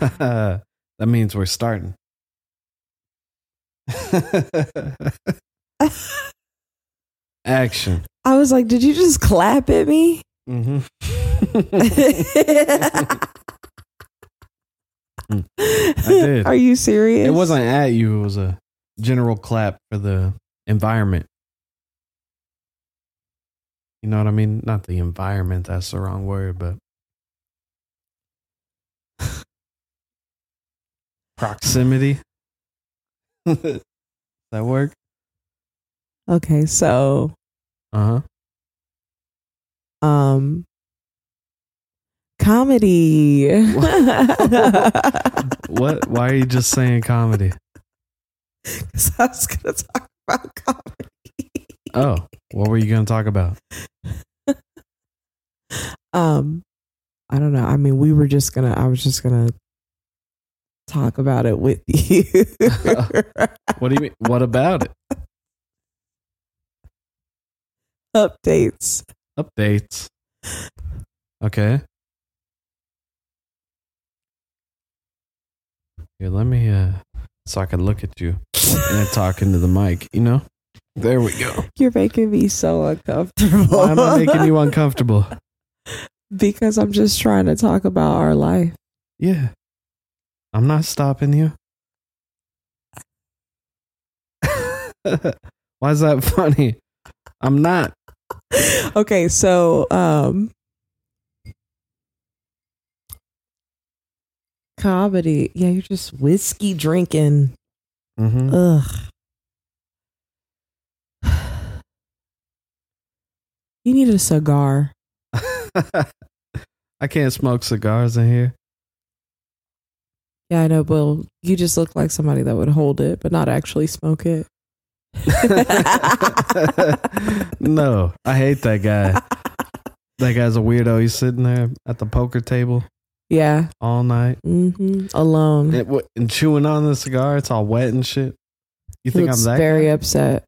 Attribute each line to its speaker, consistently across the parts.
Speaker 1: that means we're starting. Action.
Speaker 2: I was like, did you just clap at me?
Speaker 1: Mm-hmm. did.
Speaker 2: Are you serious?
Speaker 1: It wasn't at you, it was a general clap for the environment. You know what I mean? Not the environment, that's the wrong word, but proximity. Does that work?
Speaker 2: Okay, so
Speaker 1: Uh huh.
Speaker 2: um comedy. Because
Speaker 1: What? Why are you just saying comedy?
Speaker 2: I was gonna talk about comedy.
Speaker 1: Oh, what were you going to talk about?
Speaker 2: Um I don't know. I mean we were just gonna I was just gonna talk about it with you.
Speaker 1: What do you mean? What about it?
Speaker 2: Updates.
Speaker 1: Updates. Okay. Here, let me, uh, so I can look at you and then talk into the mic, you know? There we go.
Speaker 2: You're making me so uncomfortable.
Speaker 1: Why am I making you uncomfortable?
Speaker 2: because I'm just trying to talk about our life.
Speaker 1: Yeah. I'm not stopping you. Why is that funny? I'm not.
Speaker 2: Okay, so um comedy. Yeah, you're just whiskey drinking.
Speaker 1: Mm-hmm.
Speaker 2: Ugh. You need a cigar.
Speaker 1: I can't smoke cigars in here.
Speaker 2: Yeah, I know, Bill. You just look like somebody that would hold it, but not actually smoke it.
Speaker 1: no, I hate that guy. That guy's a weirdo. He's sitting there at the poker table
Speaker 2: yeah.
Speaker 1: all night
Speaker 2: hmm Alone.
Speaker 1: and, w- and chewing on the cigar. It's all wet and shit. You
Speaker 2: He
Speaker 1: think I'm
Speaker 2: looks
Speaker 1: that?
Speaker 2: very
Speaker 1: guy?
Speaker 2: upset.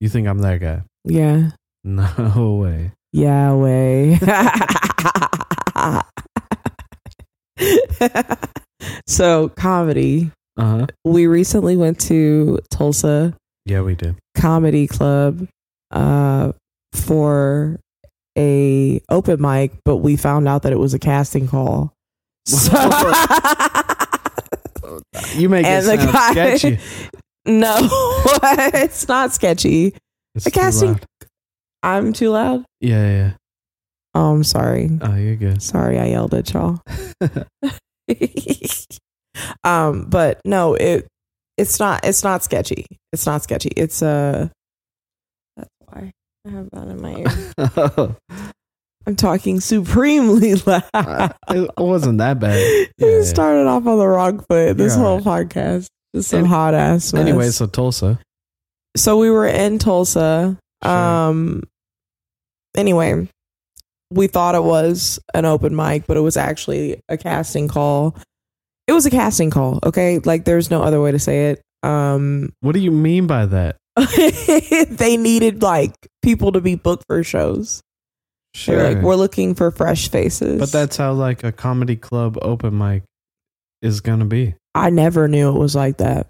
Speaker 1: You think I'm that guy?
Speaker 2: Yeah.
Speaker 1: No way.
Speaker 2: Yahweh. so, comedy.
Speaker 1: Uh huh.
Speaker 2: We recently went to Tulsa
Speaker 1: Yeah, we did.
Speaker 2: Comedy Club uh, for a open mic, but we found out that it was a casting call. So-
Speaker 1: You make
Speaker 2: And
Speaker 1: it
Speaker 2: the
Speaker 1: sound
Speaker 2: guy-
Speaker 1: sketchy.
Speaker 2: no, it's not sketchy.
Speaker 1: It's
Speaker 2: The
Speaker 1: too
Speaker 2: casting-
Speaker 1: loud.
Speaker 2: I'm too loud.
Speaker 1: Yeah, yeah.
Speaker 2: Oh, I'm sorry.
Speaker 1: Oh, you're good.
Speaker 2: Sorry, I yelled at y'all. um, but no, it it's not it's not sketchy. It's not sketchy. It's uh that's why I have that in my ear.
Speaker 1: Oh,
Speaker 2: I'm talking supremely loud.
Speaker 1: it wasn't that bad.
Speaker 2: We
Speaker 1: yeah.
Speaker 2: started off on the wrong foot this
Speaker 1: You're
Speaker 2: whole
Speaker 1: all
Speaker 2: podcast. Just some
Speaker 1: Any-
Speaker 2: hot ass. mess.
Speaker 1: Anyway, so Tulsa.
Speaker 2: so we were in Tulsa.
Speaker 1: Sure.
Speaker 2: Um anyway, we thought it was an open mic, but it was actually a casting call. It was a casting call, okay? Like there's no other way to say it. Um
Speaker 1: What do you mean by that?
Speaker 2: they needed like people to be booked for shows. They're like, we're looking for fresh faces.
Speaker 1: But that's how like a comedy club open mic is gonna be.
Speaker 2: I never knew it was like that.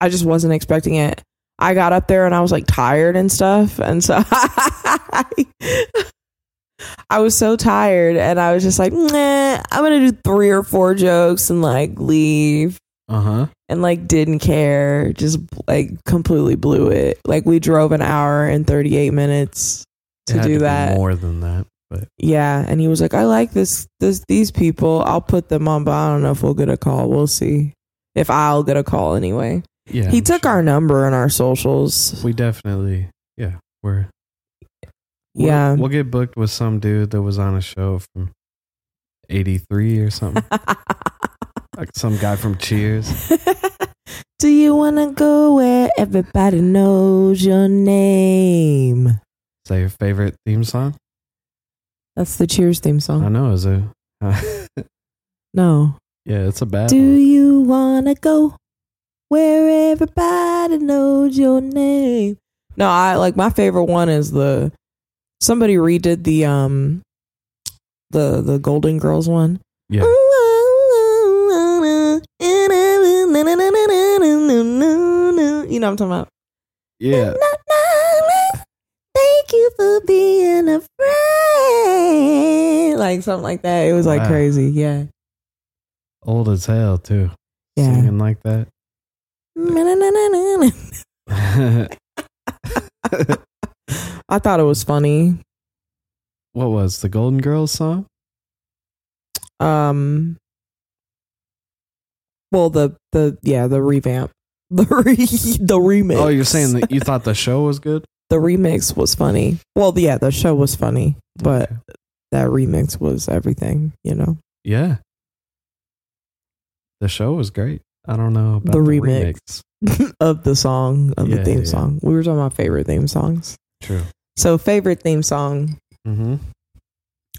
Speaker 2: I just wasn't expecting it. I got up there and I was like tired and stuff. And so I, was so tired and I was just like, nah, I'm going to do three or four jokes and like leave
Speaker 1: Uh huh.
Speaker 2: and like didn't care. Just like completely blew it. Like we drove an hour and 38 minutes to do that.
Speaker 1: more than that. But
Speaker 2: Yeah, and he was like, "I like this, this, these people. I'll put them on, but I don't know if we'll get a call. We'll see if I'll get a call anyway."
Speaker 1: yeah,
Speaker 2: he
Speaker 1: I'm
Speaker 2: took
Speaker 1: sure.
Speaker 2: our number and our socials.
Speaker 1: We definitely yeah we're we'll-
Speaker 2: yeah,
Speaker 1: we'll get booked with some dude that was on a show from eighty three or something like some guy from Cheers.
Speaker 2: Do you wanna go where everybody knows your name?
Speaker 1: Is that your favorite theme song?
Speaker 2: That's the Cheers theme
Speaker 1: I
Speaker 2: song.
Speaker 1: know is it.
Speaker 2: No.
Speaker 1: yeah, it's a bad.
Speaker 2: Do
Speaker 1: one.
Speaker 2: you wanna go where everybody knows your name? No, I like my favorite one is the somebody redid the um the the Golden Girls one.
Speaker 1: Yeah.
Speaker 2: You know what I'm talking about.
Speaker 1: Yeah.
Speaker 2: Thank you for being a friend. Like something like that. It was like
Speaker 1: Wow.
Speaker 2: crazy. Yeah.
Speaker 1: Old as hell, too.
Speaker 2: Yeah.
Speaker 1: Singing like that.
Speaker 2: Na-na-na-na-na. I thought it was funny.
Speaker 1: what was the Golden Girls song?
Speaker 2: Um Well the the yeah, the revamp. The re- the remix.
Speaker 1: Oh, you're saying that you thought the show was good?
Speaker 2: the remix was funny. Well, yeah, the show was funny, but
Speaker 1: Okay.
Speaker 2: that remix was everything, you know.
Speaker 1: yeah. The show was great. I don't know about
Speaker 2: The
Speaker 1: the,
Speaker 2: remix.
Speaker 1: remix.
Speaker 2: of the song, of the
Speaker 1: Yeah,
Speaker 2: theme
Speaker 1: yeah.
Speaker 2: song. We were talking about favorite theme songs.
Speaker 1: True.
Speaker 2: So favorite theme song
Speaker 1: Mm-hmm.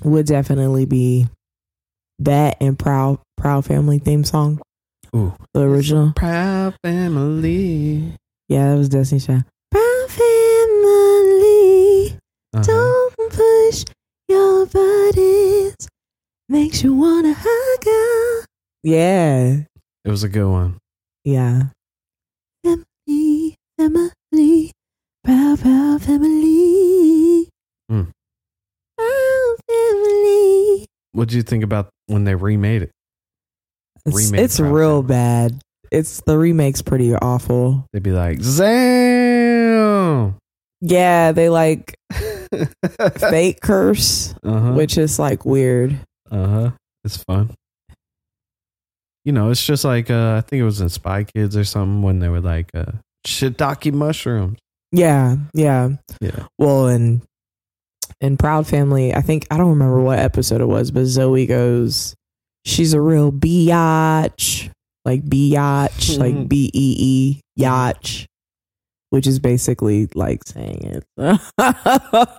Speaker 2: would definitely be that and Proud Proud Family theme song,
Speaker 1: Ooh.
Speaker 2: the original.
Speaker 1: Proud family.
Speaker 2: Yeah, that was Destiny Child. Proud Family,
Speaker 1: Uh-huh.
Speaker 2: don't push your buttons, makes you wanna hug out. Yeah,
Speaker 1: It was a good one.
Speaker 2: yeah. Family, family, proud, proud family.
Speaker 1: Mm.
Speaker 2: Proud family.
Speaker 1: What did you think about when they remade it?
Speaker 2: It's,
Speaker 1: remake
Speaker 2: it's
Speaker 1: Proud
Speaker 2: real
Speaker 1: Family.
Speaker 2: bad. It's the remake's pretty awful.
Speaker 1: They'd be like, Zam!
Speaker 2: Yeah, they like
Speaker 1: uh-huh.
Speaker 2: fake curse, which is like weird.
Speaker 1: Uh-huh. It's fun. You know, it's just like, uh, I think it was in Spy Kids or something when they were like, uh, shiitake mushrooms.
Speaker 2: Yeah, yeah.
Speaker 1: Yeah.
Speaker 2: Well, and in Proud Family, I think I don't remember what episode it was, but Zoe goes, "She's a real biatch, like biatch, like b e e yatch," which is basically like saying it.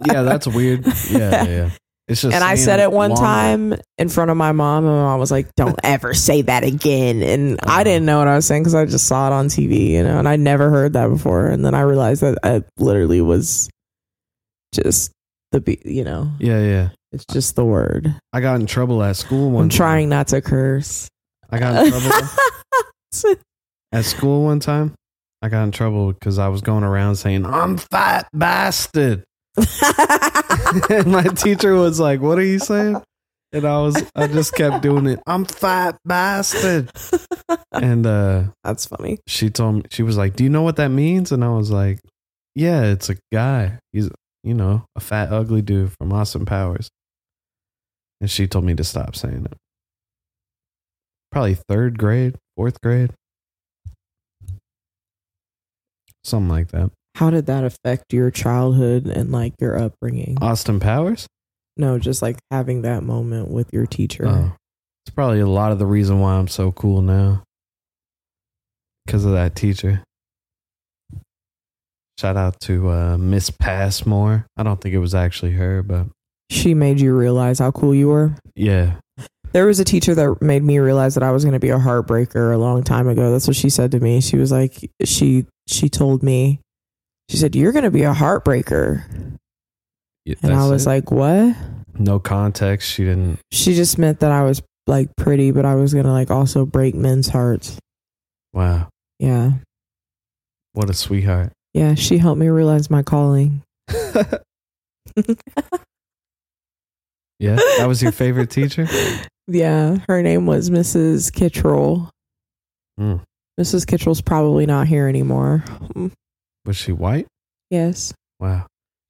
Speaker 1: Yeah, that's weird. Yeah, yeah, yeah. It's just
Speaker 2: and I
Speaker 1: saying
Speaker 2: said it one
Speaker 1: longer.
Speaker 2: time in front of my mom, and my mom was like, "Don't ever say that again." And I
Speaker 1: Uh-huh.
Speaker 2: didn't know what I was saying because I just saw it on TV, you know, and I never heard that before. And then I realized that I literally was just the, be- you know,
Speaker 1: Yeah, yeah.
Speaker 2: it's just the word.
Speaker 1: I got in trouble at school one
Speaker 2: I'm
Speaker 1: time.
Speaker 2: trying not to curse.
Speaker 1: I got in trouble at school one time. I got in trouble because I was going around saying, I'm fat bastard. and my teacher was like, What are you saying? And I was, I just kept doing it. I'm fat bastard. And uh,
Speaker 2: That's funny.
Speaker 1: she told me, she was like, Do you know what that means? And I was like, Yeah, it's a guy. He's, you know, a fat, ugly dude from Austin Powers. And she told me to stop saying it. Probably third grade, fourth grade. Something like that.
Speaker 2: How did that affect your childhood and like your upbringing?
Speaker 1: Austin Powers?
Speaker 2: no, just like having that moment with your teacher.
Speaker 1: Oh, it's probably a lot of the reason why I'm so cool now. Because of that teacher. Shout out to uh, Miss Passmore. I don't think it was actually her, but
Speaker 2: She made you realize how cool you were.
Speaker 1: yeah.
Speaker 2: There was a teacher that made me realize that I was going to be a heartbreaker a long time ago. That's what she said to me. She was like, she she told me, she said, "You're going to be a heartbreaker," and
Speaker 1: And
Speaker 2: I was like, "What?"
Speaker 1: no context. She didn't.
Speaker 2: She just meant that I was like pretty, but I was going to like also break men's hearts.
Speaker 1: Wow.
Speaker 2: Yeah,
Speaker 1: What a sweetheart.
Speaker 2: yeah. She helped me realize my calling.
Speaker 1: yeah. That was your favorite teacher?
Speaker 2: Yeah, her name was Mrs. Kittrell.
Speaker 1: Hmm.
Speaker 2: Mrs. Kittrell's probably not here anymore.
Speaker 1: Was she white?
Speaker 2: Yes.
Speaker 1: Wow.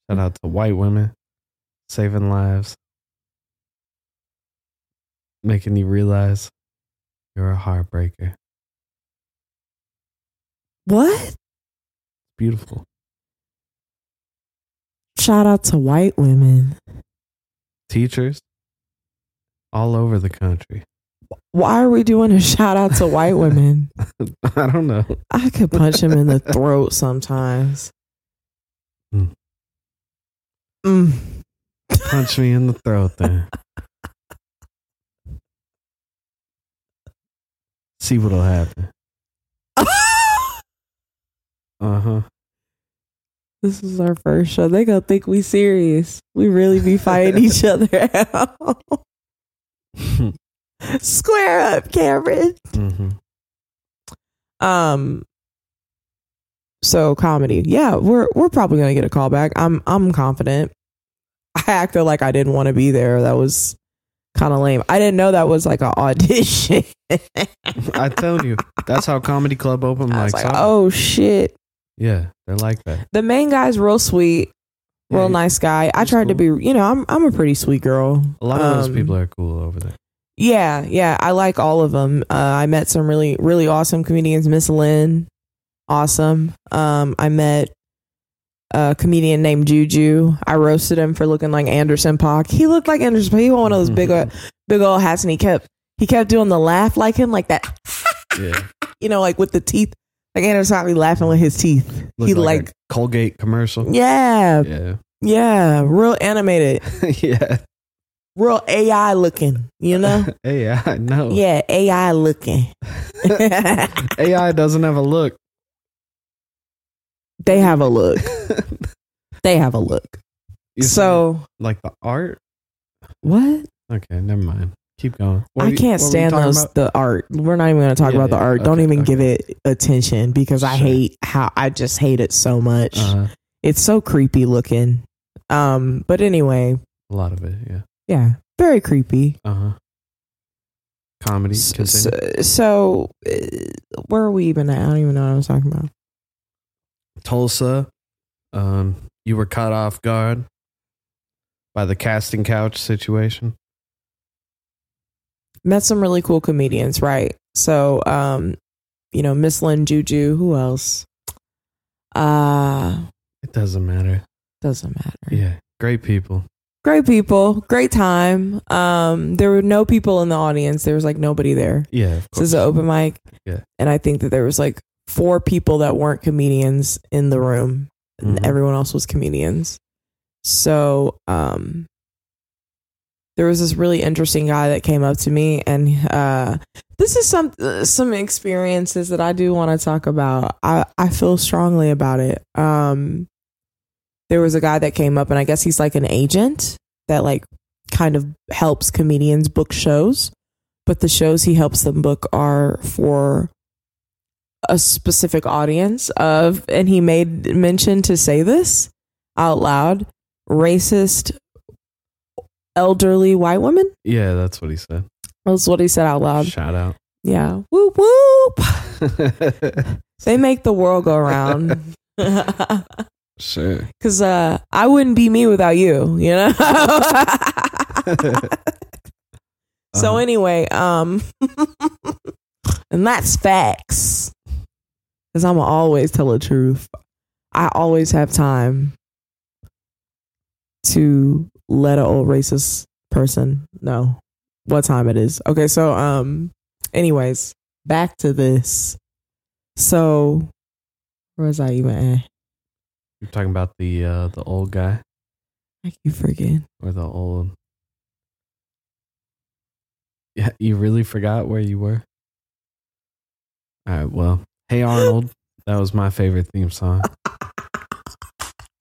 Speaker 1: Shout
Speaker 2: Mm.
Speaker 1: out to white women saving lives, making you realize you're a heartbreaker.
Speaker 2: What?
Speaker 1: Beautiful.
Speaker 2: Shout out to white women.
Speaker 1: Teachers all over the country.
Speaker 2: why are we doing a shout out to white women?
Speaker 1: I don't know.
Speaker 2: I could punch him in the throat sometimes.
Speaker 1: Mm.
Speaker 2: Mm.
Speaker 1: Punch me in the throat then. See what'll happen. Uh huh.
Speaker 2: this is our first show. They gonna think we serious. We really be fighting each other out.
Speaker 1: Mm-hmm.
Speaker 2: Square up, Cameron.
Speaker 1: hmm
Speaker 2: Um, So comedy. Yeah, we're we're probably gonna get a call back. I'm I'm confident. I acted like I didn't want to be there. That was kind of lame. I didn't know that was like an audition.
Speaker 1: I tell you, that's how comedy club open
Speaker 2: I was
Speaker 1: mics
Speaker 2: like,
Speaker 1: are.
Speaker 2: oh shit.
Speaker 1: Yeah, they're like that.
Speaker 2: The main guy's real sweet, real
Speaker 1: Yeah,
Speaker 2: nice guy. I
Speaker 1: he's
Speaker 2: tried to
Speaker 1: cool.
Speaker 2: be, you know, I'm I'm a pretty sweet girl.
Speaker 1: A lot of
Speaker 2: Um,
Speaker 1: those people are cool over there.
Speaker 2: Yeah, yeah, I like all of them. Uh, I met some really, really awesome comedians. Miss Lynn, awesome. Um, I met a comedian named Juju. I roasted him for looking like Anderson Pock. He looked like Anderson. Pock. He wore one of
Speaker 1: Mm-hmm.
Speaker 2: those big, uh, big old hats, and he kept he kept doing the laugh like him, like that.
Speaker 1: Yeah,
Speaker 2: You know, like with the teeth. Like Anderson Pock be laughing with his teeth.
Speaker 1: Look
Speaker 2: he
Speaker 1: like,
Speaker 2: like,
Speaker 1: a Colgate commercial.
Speaker 2: yeah,
Speaker 1: Yeah,
Speaker 2: yeah, real animated,
Speaker 1: yeah.
Speaker 2: real AI looking. You know,
Speaker 1: AI, no.
Speaker 2: yeah, AI looking.
Speaker 1: AI doesn't have a look.
Speaker 2: they have a look. They have a look.
Speaker 1: You
Speaker 2: so
Speaker 1: see, like the art.
Speaker 2: what?
Speaker 1: Okay, never mind. Keep going. What were
Speaker 2: I
Speaker 1: you-
Speaker 2: can't
Speaker 1: what were you
Speaker 2: stand
Speaker 1: talking
Speaker 2: those
Speaker 1: about?
Speaker 2: the art. We're not even going to talk
Speaker 1: Yeah,
Speaker 2: about the
Speaker 1: yeah,
Speaker 2: art. Don't
Speaker 1: okay,
Speaker 2: even
Speaker 1: okay.
Speaker 2: give it attention because I
Speaker 1: Sure.
Speaker 2: hate how I just hate it so much.
Speaker 1: Uh,
Speaker 2: It's so creepy looking. Um, but anyway,
Speaker 1: a lot of it. Yeah.
Speaker 2: yeah, very creepy.
Speaker 1: Uh huh. Comedy.
Speaker 2: So,
Speaker 1: continue.
Speaker 2: so uh, where are we even at? I don't even know what I was talking about.
Speaker 1: Tulsa. Um, you were caught off guard by the casting couch situation.
Speaker 2: Met some really cool comedians, right? So, um, you know, Miss Lynn Juju. Who else? Uh
Speaker 1: It doesn't matter.
Speaker 2: doesn't matter.
Speaker 1: Yeah, great people.
Speaker 2: great people great time um there were no people in the audience there was like nobody there
Speaker 1: Yeah, of
Speaker 2: this
Speaker 1: course.
Speaker 2: is an open mic
Speaker 1: Yeah.
Speaker 2: and i think that there was like four people that weren't comedians in the room and
Speaker 1: Mhm.
Speaker 2: everyone else was comedians so um there was this really interesting guy that came up to me and uh this is some some experiences that I do want to talk about. I I feel strongly about it. Um there was a guy that came up and I guess he's like an agent that like kind of helps comedians book shows, but the shows he helps them book are for a specific audience of and he made mention to say this out loud racist elderly white women.
Speaker 1: yeah, that's what he said.
Speaker 2: That's what he said out loud.
Speaker 1: Shout out.
Speaker 2: Yeah. Whoop whoop. They make the world go round. Cause
Speaker 1: sure.
Speaker 2: uh, I wouldn't be me without you, you know. so
Speaker 1: Uh-huh.
Speaker 2: anyway, um, and that's facts. Cause I'ma always tell the truth. I always have time to let an old racist person know what time it is. Okay, so um, anyways, back to this. So, where was I even at?
Speaker 1: You're talking about the uh, the old guy
Speaker 2: I keep forgetting.
Speaker 1: or the old. Yeah, you really forgot where you were. All right. Well, hey Arnold, that was my favorite theme song.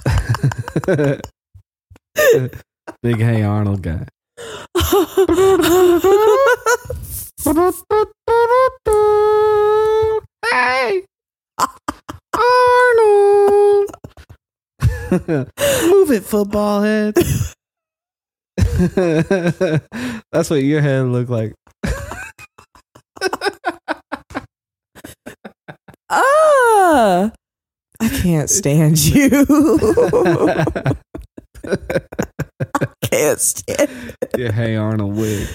Speaker 1: Big hey Arnold guy. Hey Arnold, move it, football head. That's what your head looked like.
Speaker 2: ah, I can't stand you. can't stand.
Speaker 1: yeah, hey Arnold wig.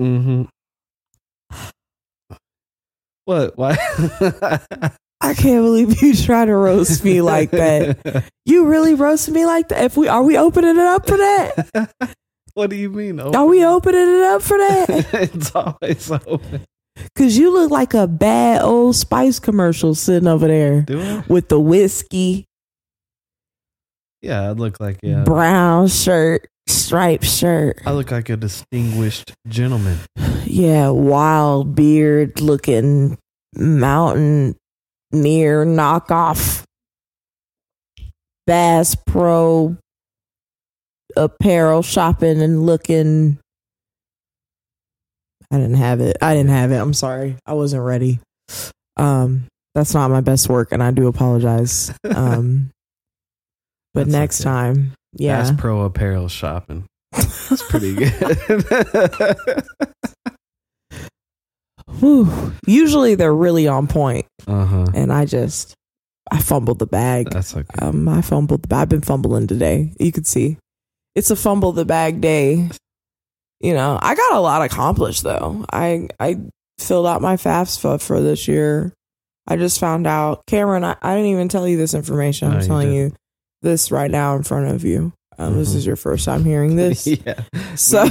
Speaker 1: Mm-hmm. What? Why?
Speaker 2: I can't believe you try to roast me like that. You really roast me like that. If we are we opening it up for that?
Speaker 1: what do you mean?
Speaker 2: Are we opening it up for that?
Speaker 1: it's always open.
Speaker 2: Cause you look like a bad old Spice commercial sitting over there
Speaker 1: Do I?
Speaker 2: with the whiskey,
Speaker 1: Yeah, I look like yeah.
Speaker 2: brown shirt, striped shirt.
Speaker 1: I look like a distinguished gentleman.
Speaker 2: Yeah, wild beard looking mountain near knockoff Bass Pro apparel shopping and looking. I didn't have it. I didn't have it. I'm sorry. I wasn't ready. Um, That's not my best work, and I do apologize. Um, but
Speaker 1: That's
Speaker 2: next
Speaker 1: okay.
Speaker 2: time, yeah,
Speaker 1: Bass Pro Apparel shopping. It's pretty good.
Speaker 2: Whew. Usually they're really on point,
Speaker 1: uh huh.
Speaker 2: and I just I fumbled the bag.
Speaker 1: That's okay.
Speaker 2: Um, I fumbled. The, I've been fumbling today. You could see it's a fumble the bag day. You know, I got a lot accomplished though. I I filled out my FAFSA for this year. I just found out, Cameron. I, I didn't even tell you this information.
Speaker 1: No,
Speaker 2: I'm
Speaker 1: you
Speaker 2: telling
Speaker 1: didn't.
Speaker 2: you this right now in front of you. Um, This
Speaker 1: Mhm.
Speaker 2: is your first time hearing this,
Speaker 1: yeah.
Speaker 2: so.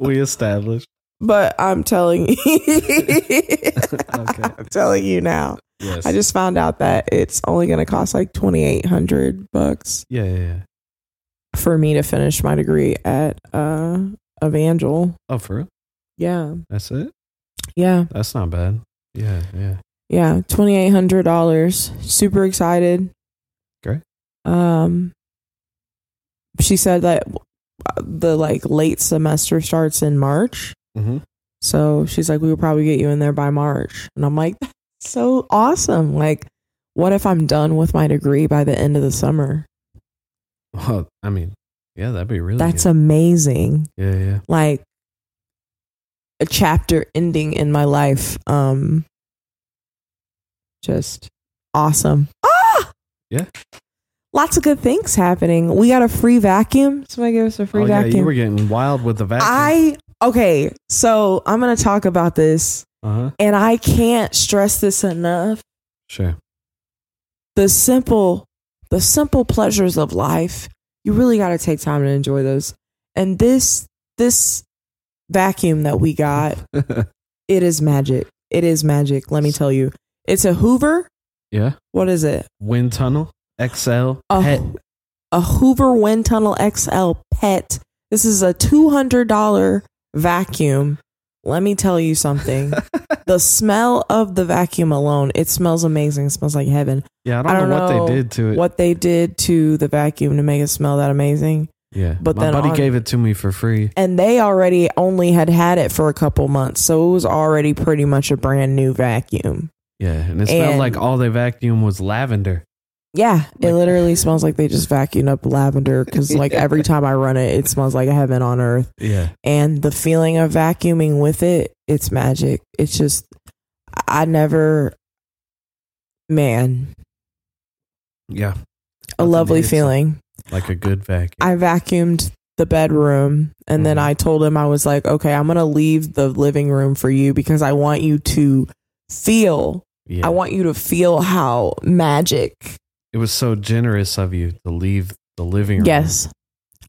Speaker 1: We established.
Speaker 2: but I'm telling you,
Speaker 1: Okay.
Speaker 2: I'm telling you now.
Speaker 1: Yes.
Speaker 2: I just found out that it's only going to cost like 2800 bucks
Speaker 1: Yeah, yeah, yeah.
Speaker 2: for me to finish my degree at uh Evangel.
Speaker 1: Oh, for real?
Speaker 2: Yeah.
Speaker 1: That's it?
Speaker 2: Yeah.
Speaker 1: That's not bad. Yeah, yeah.
Speaker 2: Yeah, $2800. Super excited.
Speaker 1: Great.
Speaker 2: Um she said that uh, the like late semester starts in March.
Speaker 1: Mm-hmm.
Speaker 2: So she's like, we will probably get you in there by March. And I'm like, that's so awesome. Like, what if I'm done with my degree by the end of the summer?
Speaker 1: Well, I mean, yeah, that'd be really
Speaker 2: That's
Speaker 1: good.
Speaker 2: amazing.
Speaker 1: yeah, yeah.
Speaker 2: Like, a chapter ending in my life. Um, just awesome. Ah,
Speaker 1: Yeah.
Speaker 2: Lots of good things happening. We got a free vacuum. Somebody give us a free
Speaker 1: oh,
Speaker 2: vacuum.
Speaker 1: yeah, you were getting wild with the vacuum.
Speaker 2: I okay. So I'm gonna talk about this,
Speaker 1: uh-huh.
Speaker 2: and I can't stress this enough.
Speaker 1: Sure.
Speaker 2: the simple the simple pleasures of life you really got to take time to enjoy those and this this vacuum that we got it is magic it is magic let me tell you it's a hoover
Speaker 1: yeah.
Speaker 2: what is it
Speaker 1: Wind tunnel, XL,
Speaker 2: a,
Speaker 1: pet.
Speaker 2: a hoover wind tunnel xl pet this is a $200 vacuum let me tell you something the smell of the vacuum alone it smells amazing it smells like heaven
Speaker 1: Yeah, I don't,
Speaker 2: I don't
Speaker 1: know what
Speaker 2: know
Speaker 1: they did to it.
Speaker 2: what they did to the vacuum to make it smell that amazing.
Speaker 1: yeah.
Speaker 2: but
Speaker 1: My
Speaker 2: then
Speaker 1: buddy
Speaker 2: on-
Speaker 1: gave it to me for free.
Speaker 2: And they already only had had it for a couple months, so it was already pretty much a brand new vacuum.
Speaker 1: Yeah, and it smelled
Speaker 2: And-
Speaker 1: like all they vacuumed was lavender.
Speaker 2: Yeah, it
Speaker 1: Like-
Speaker 2: literally smells like they just vacuumed up lavender because, like, every time I run it, it smells like heaven on earth.
Speaker 1: Yeah.
Speaker 2: And the feeling of vacuuming with it, it's magic. It's just, I never, man,
Speaker 1: Yeah.
Speaker 2: a
Speaker 1: Nothing
Speaker 2: lovely
Speaker 1: hits it.
Speaker 2: feeling.
Speaker 1: Like a good vacuum.
Speaker 2: I vacuumed the bedroom and then
Speaker 1: Mhm.
Speaker 2: I told him I was like, okay, I'm going to leave the living room for you because I want you to feel,
Speaker 1: yeah.
Speaker 2: I want you to feel how magic.
Speaker 1: it was so generous of you to leave the living room
Speaker 2: Yes.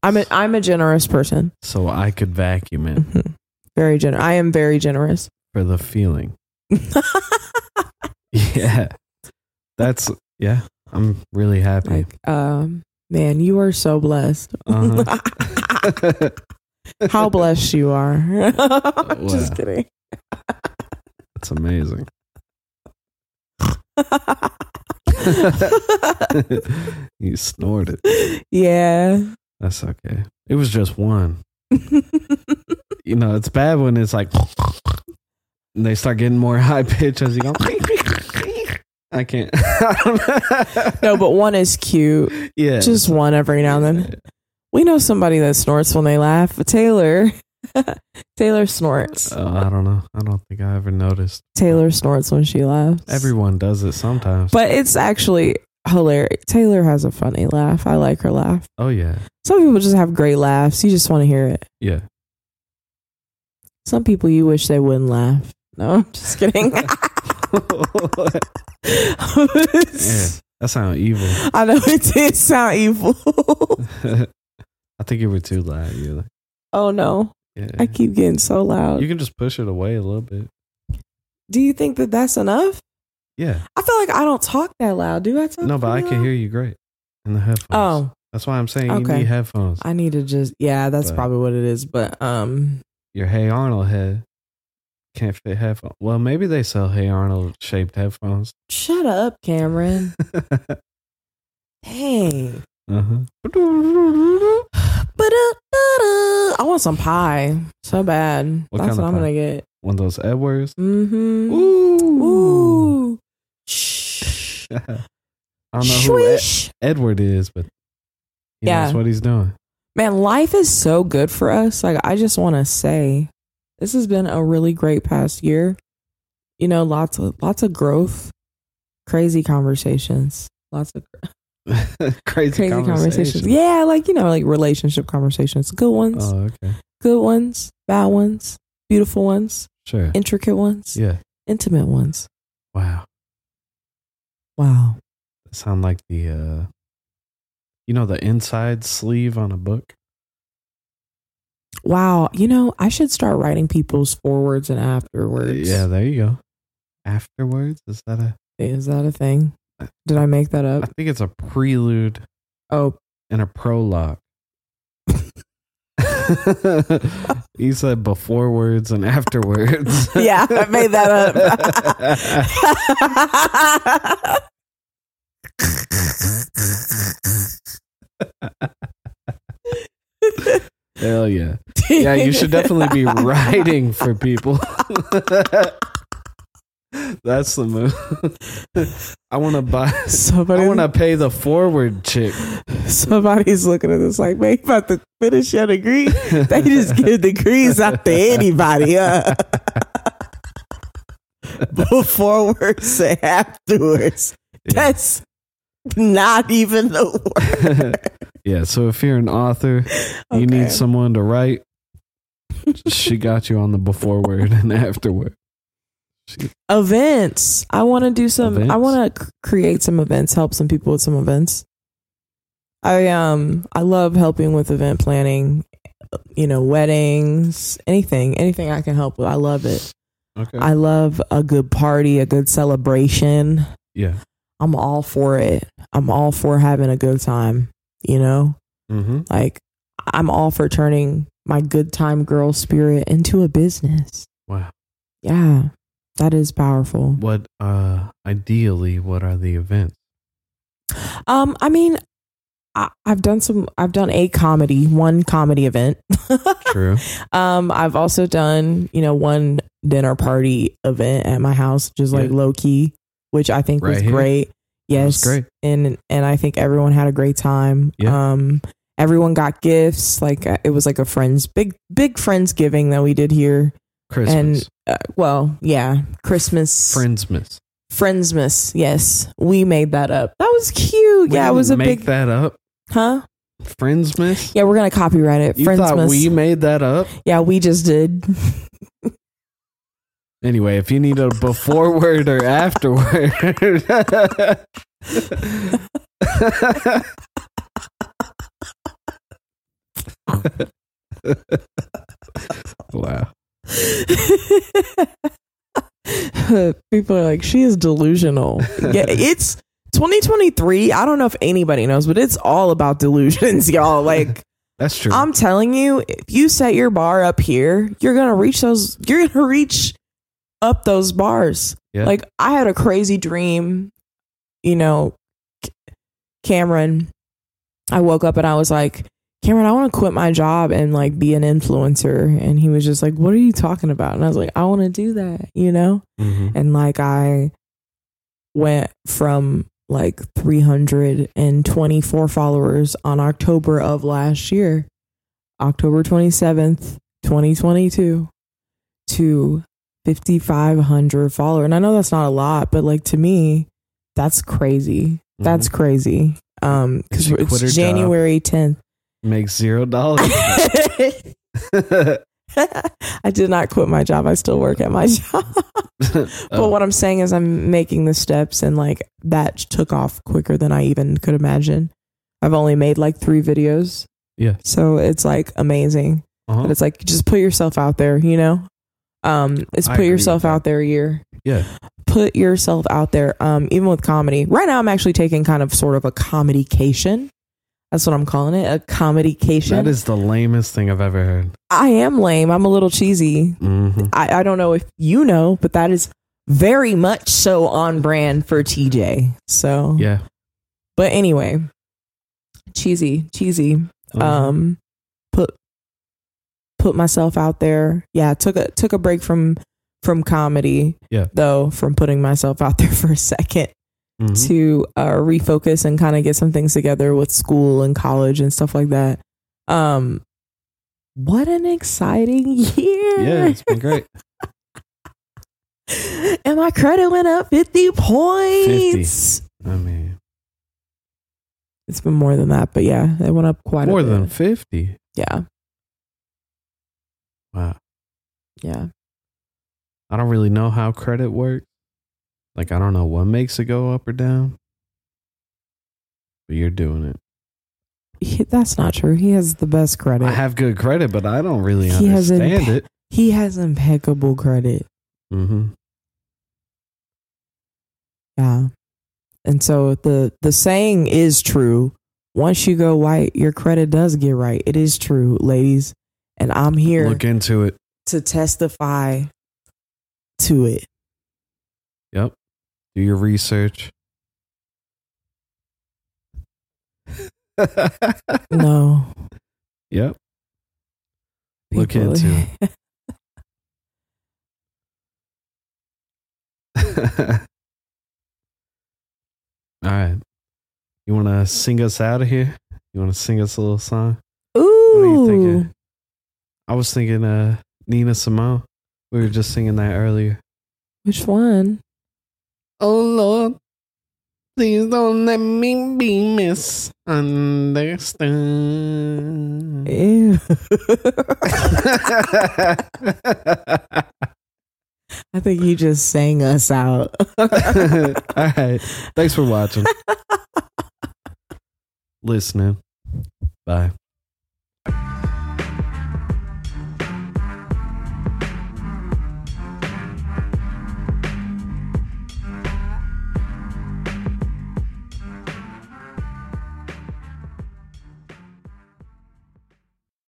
Speaker 2: I'm a, I'm a generous person.
Speaker 1: so I could vacuum it
Speaker 2: Mhm. Very generous. I am very generous.
Speaker 1: for the feeling. Yeah. That's yeah. I'm really happy.
Speaker 2: like, um, man, you are so blessed.
Speaker 1: Uh-huh.
Speaker 2: how blessed you are. Just
Speaker 1: Wow.
Speaker 2: kidding.
Speaker 1: That's amazing. you snorted.
Speaker 2: yeah.
Speaker 1: That's okay. It was just one. You know, it's bad when it's like and they start getting more high pitch as you go. I can't.
Speaker 2: no, but one is cute.
Speaker 1: yeah.
Speaker 2: Just one every now and then. We know somebody that snorts when they laugh. But Taylor, Taylor snorts.
Speaker 1: Uh, I don't know. I don't think I ever noticed.
Speaker 2: Taylor snorts when she laughs.
Speaker 1: Everyone does it sometimes.
Speaker 2: but it's actually hilarious. Taylor has a funny laugh. I like her laugh.
Speaker 1: oh yeah.
Speaker 2: Some people just have great laughs. You just want to hear it.
Speaker 1: Yeah.
Speaker 2: Some people you wish they wouldn't laugh. No, I'm just kidding.
Speaker 1: That sounds evil.
Speaker 2: I know it did sound evil.
Speaker 1: I think you were too loud. You're like,
Speaker 2: oh no,
Speaker 1: yeah.
Speaker 2: I keep getting so loud.
Speaker 1: you can just push it away a little bit.
Speaker 2: Do you think that that's enough?
Speaker 1: Yeah.
Speaker 2: I feel like I don't talk that loud. Do I talk?
Speaker 1: No, but I
Speaker 2: pretty
Speaker 1: can
Speaker 2: loud?
Speaker 1: hear you great in the headphones.
Speaker 2: Oh,
Speaker 1: That's why I'm saying you
Speaker 2: Okay.
Speaker 1: need headphones.
Speaker 2: I need to just yeah, that's
Speaker 1: But-
Speaker 2: probably what it is. But um,
Speaker 1: Your Hey Arnold head can't fit headphones. Well, maybe they sell Hey Arnold shaped headphones.
Speaker 2: shut up, Cameron. Dang.
Speaker 1: uh-huh.
Speaker 2: Ba-da-da-da. I want some pie so bad.
Speaker 1: What
Speaker 2: that's
Speaker 1: kind of
Speaker 2: what I'm
Speaker 1: pie?
Speaker 2: gonna get. Mm.
Speaker 1: One of those Edwards.
Speaker 2: Mm-hmm.
Speaker 1: Ooh. I don't know who Ed-
Speaker 2: Swish.
Speaker 1: Edward is, but he
Speaker 2: Yeah.
Speaker 1: knows what he's doing.
Speaker 2: Man, life is so good for us. Like, I just want to say, this has been a really great past year. You know, lots of lots of growth, crazy conversations, lots of
Speaker 1: Crazy,
Speaker 2: crazy conversations.
Speaker 1: conversations.
Speaker 2: Yeah, like you know, like relationship conversations, good ones,
Speaker 1: Oh, okay.
Speaker 2: good ones, bad ones, beautiful ones,
Speaker 1: Sure.
Speaker 2: intricate ones,
Speaker 1: Yeah.
Speaker 2: intimate ones.
Speaker 1: Wow.
Speaker 2: Wow.
Speaker 1: That sound like the uh you know the inside sleeve on a book?
Speaker 2: Wow, you know, I should start writing people's forwards and afterwards.
Speaker 1: Yeah, there you go. Afterwards? Is that a
Speaker 2: Is that a thing? Did I make that
Speaker 1: I
Speaker 2: up?
Speaker 1: think it's a prelude
Speaker 2: Oh,
Speaker 1: and a prologue. you said before words and afterwards.
Speaker 2: yeah, I made that up.
Speaker 1: Hell yeah. Yeah, you should definitely be writing for people. That's the move. I want to buy.
Speaker 2: Somebody,
Speaker 1: I want to pay the forward chick.
Speaker 2: somebody's looking at this like, man, you about to finish your degree. They just give degrees out to anybody. Huh? Before words and afterwards.
Speaker 1: Yeah.
Speaker 2: That's not even the word.
Speaker 1: yeah. So if you're an author, you
Speaker 2: Okay.
Speaker 1: need someone to write. She got you on the before word and afterward.
Speaker 2: events. I want to do some. I
Speaker 1: Events?
Speaker 2: want to create some events. Help some people with some events. I um I love helping with event planning. You know, weddings, anything, anything I can help with. I love it.
Speaker 1: Okay.
Speaker 2: I love a good party, a good celebration.
Speaker 1: yeah.
Speaker 2: I'm all for it. I'm all for having a good time. You know,
Speaker 1: Mm-hmm.
Speaker 2: like I'm all for turning my good time girl spirit into a business.
Speaker 1: Wow.
Speaker 2: Yeah, that is powerful.
Speaker 1: What? Uh. Ideally, what are the events?
Speaker 2: Um, I mean, I, I've done some. I've done a comedy, one comedy event.
Speaker 1: True.
Speaker 2: um, I've also done you know one dinner party event at my house, just like
Speaker 1: Yeah.
Speaker 2: low key, which I think was
Speaker 1: Right here.
Speaker 2: great.
Speaker 1: That was
Speaker 2: Yes,
Speaker 1: great.
Speaker 2: and and I think everyone had a great time.
Speaker 1: Yeah.
Speaker 2: Um, everyone got gifts. Like uh, it was like a friends big big friends giving that we did here.
Speaker 1: Christmas.
Speaker 2: And uh, well, yeah, Christmas
Speaker 1: Friendsmas.
Speaker 2: friendsmas. Yes, we made that up. That was cute.
Speaker 1: We
Speaker 2: yeah, it
Speaker 1: didn't
Speaker 2: was a
Speaker 1: make
Speaker 2: big
Speaker 1: that up.
Speaker 2: huh.
Speaker 1: Friendsmas.
Speaker 2: Yeah, we're gonna copyright it.
Speaker 1: You
Speaker 2: Friends
Speaker 1: thought
Speaker 2: must.
Speaker 1: we made that up?
Speaker 2: yeah, we just did.
Speaker 1: Anyway, if you need a before word or after word. wow.
Speaker 2: People are like, she is delusional. Yeah, it's 2023. I don't know if anybody knows, but it's all about delusions, y'all. Like,
Speaker 1: That's true.
Speaker 2: I'm telling you, if you set your bar up here, you're gonna reach those. You're gonna reach up those bars.
Speaker 1: Yeah.
Speaker 2: Like I had a crazy dream, you know, C- Cameron. I woke up and I was like, Cameron, I want to quit my job and like be an influencer. And he was just like, What are you talking about? And I was like, I want to do that, you know.
Speaker 1: Mhm.
Speaker 2: And like I went from like 324 followers on October of last year, October 27th, 2022, to 5,500 follower. And I know that's not a lot, but like to me, that's crazy. That's crazy. Um, because
Speaker 1: She Mm-hmm. quit her
Speaker 2: it's
Speaker 1: job.
Speaker 2: January 10th.
Speaker 1: Mm-hmm. Makes zero dollars.
Speaker 2: I did not quit my job. I still work at my job. But
Speaker 1: Oh,
Speaker 2: what I'm saying is, I'm making the steps, and like that took off quicker than I even could imagine. I've only made like three videos.
Speaker 1: Yeah.
Speaker 2: So it's like amazing.
Speaker 1: uh-huh.
Speaker 2: But it's like, just put yourself out there, you know? Um, it's
Speaker 1: I
Speaker 2: put
Speaker 1: agree
Speaker 2: yourself
Speaker 1: with that.
Speaker 2: out there a year.
Speaker 1: Yeah.
Speaker 2: Put yourself out there. Um, even with comedy. Right now, I'm actually taking kind of sort of a comedycation. That's what I'm calling it a comedycation.
Speaker 1: That is the lamest thing I've ever heard.
Speaker 2: I am lame. I'm a little cheesy.
Speaker 1: hmm
Speaker 2: I, I don't know if you know, but that is very much so on brand for TJ. So,
Speaker 1: Yeah.
Speaker 2: but anyway, cheesy, cheesy.
Speaker 1: Uh-huh.
Speaker 2: Um, put put myself out there. Yeah, took a took a break from from comedy.
Speaker 1: Yeah.
Speaker 2: though from putting myself out there for a second,
Speaker 1: Mhm.
Speaker 2: to uh, refocus and kind of get some things together with school and college and stuff like that. Um, what an exciting year!
Speaker 1: Yeah, it's been great.
Speaker 2: and my credit went up 50 points.
Speaker 1: I mean,
Speaker 2: It's been more than that, but yeah, it went up quite
Speaker 1: more
Speaker 2: a bit.
Speaker 1: than 50.
Speaker 2: yeah,
Speaker 1: Wow.
Speaker 2: yeah.
Speaker 1: I don't really know how credit works. Like, I don't know what makes it go up or down. But you're doing it.
Speaker 2: He, that's not true. He has the best credit.
Speaker 1: I have good credit, but I don't really
Speaker 2: He has an-
Speaker 1: understand it.
Speaker 2: he has impeccable credit.
Speaker 1: Mm-hmm.
Speaker 2: Yeah. And so the the saying is true. Once you go white, your credit does get right. It is true, ladies. And I'm here
Speaker 1: Look into it.
Speaker 2: to testify to it.
Speaker 1: Yep. Do your research.
Speaker 2: No.
Speaker 1: yep. Look
Speaker 2: people.
Speaker 1: into All right. You want to sing us out of here? You want to sing us a little song?
Speaker 2: Ooh.
Speaker 1: What are you thinking? I was thinking uh, Nina Simone. We were just singing that earlier.
Speaker 2: Which one?
Speaker 1: Oh, Lord. Please don't let me be misunderstood.
Speaker 2: Ew.
Speaker 1: All
Speaker 2: I think you just sang us out.
Speaker 1: right. Thanks for watching. Listening. Bye.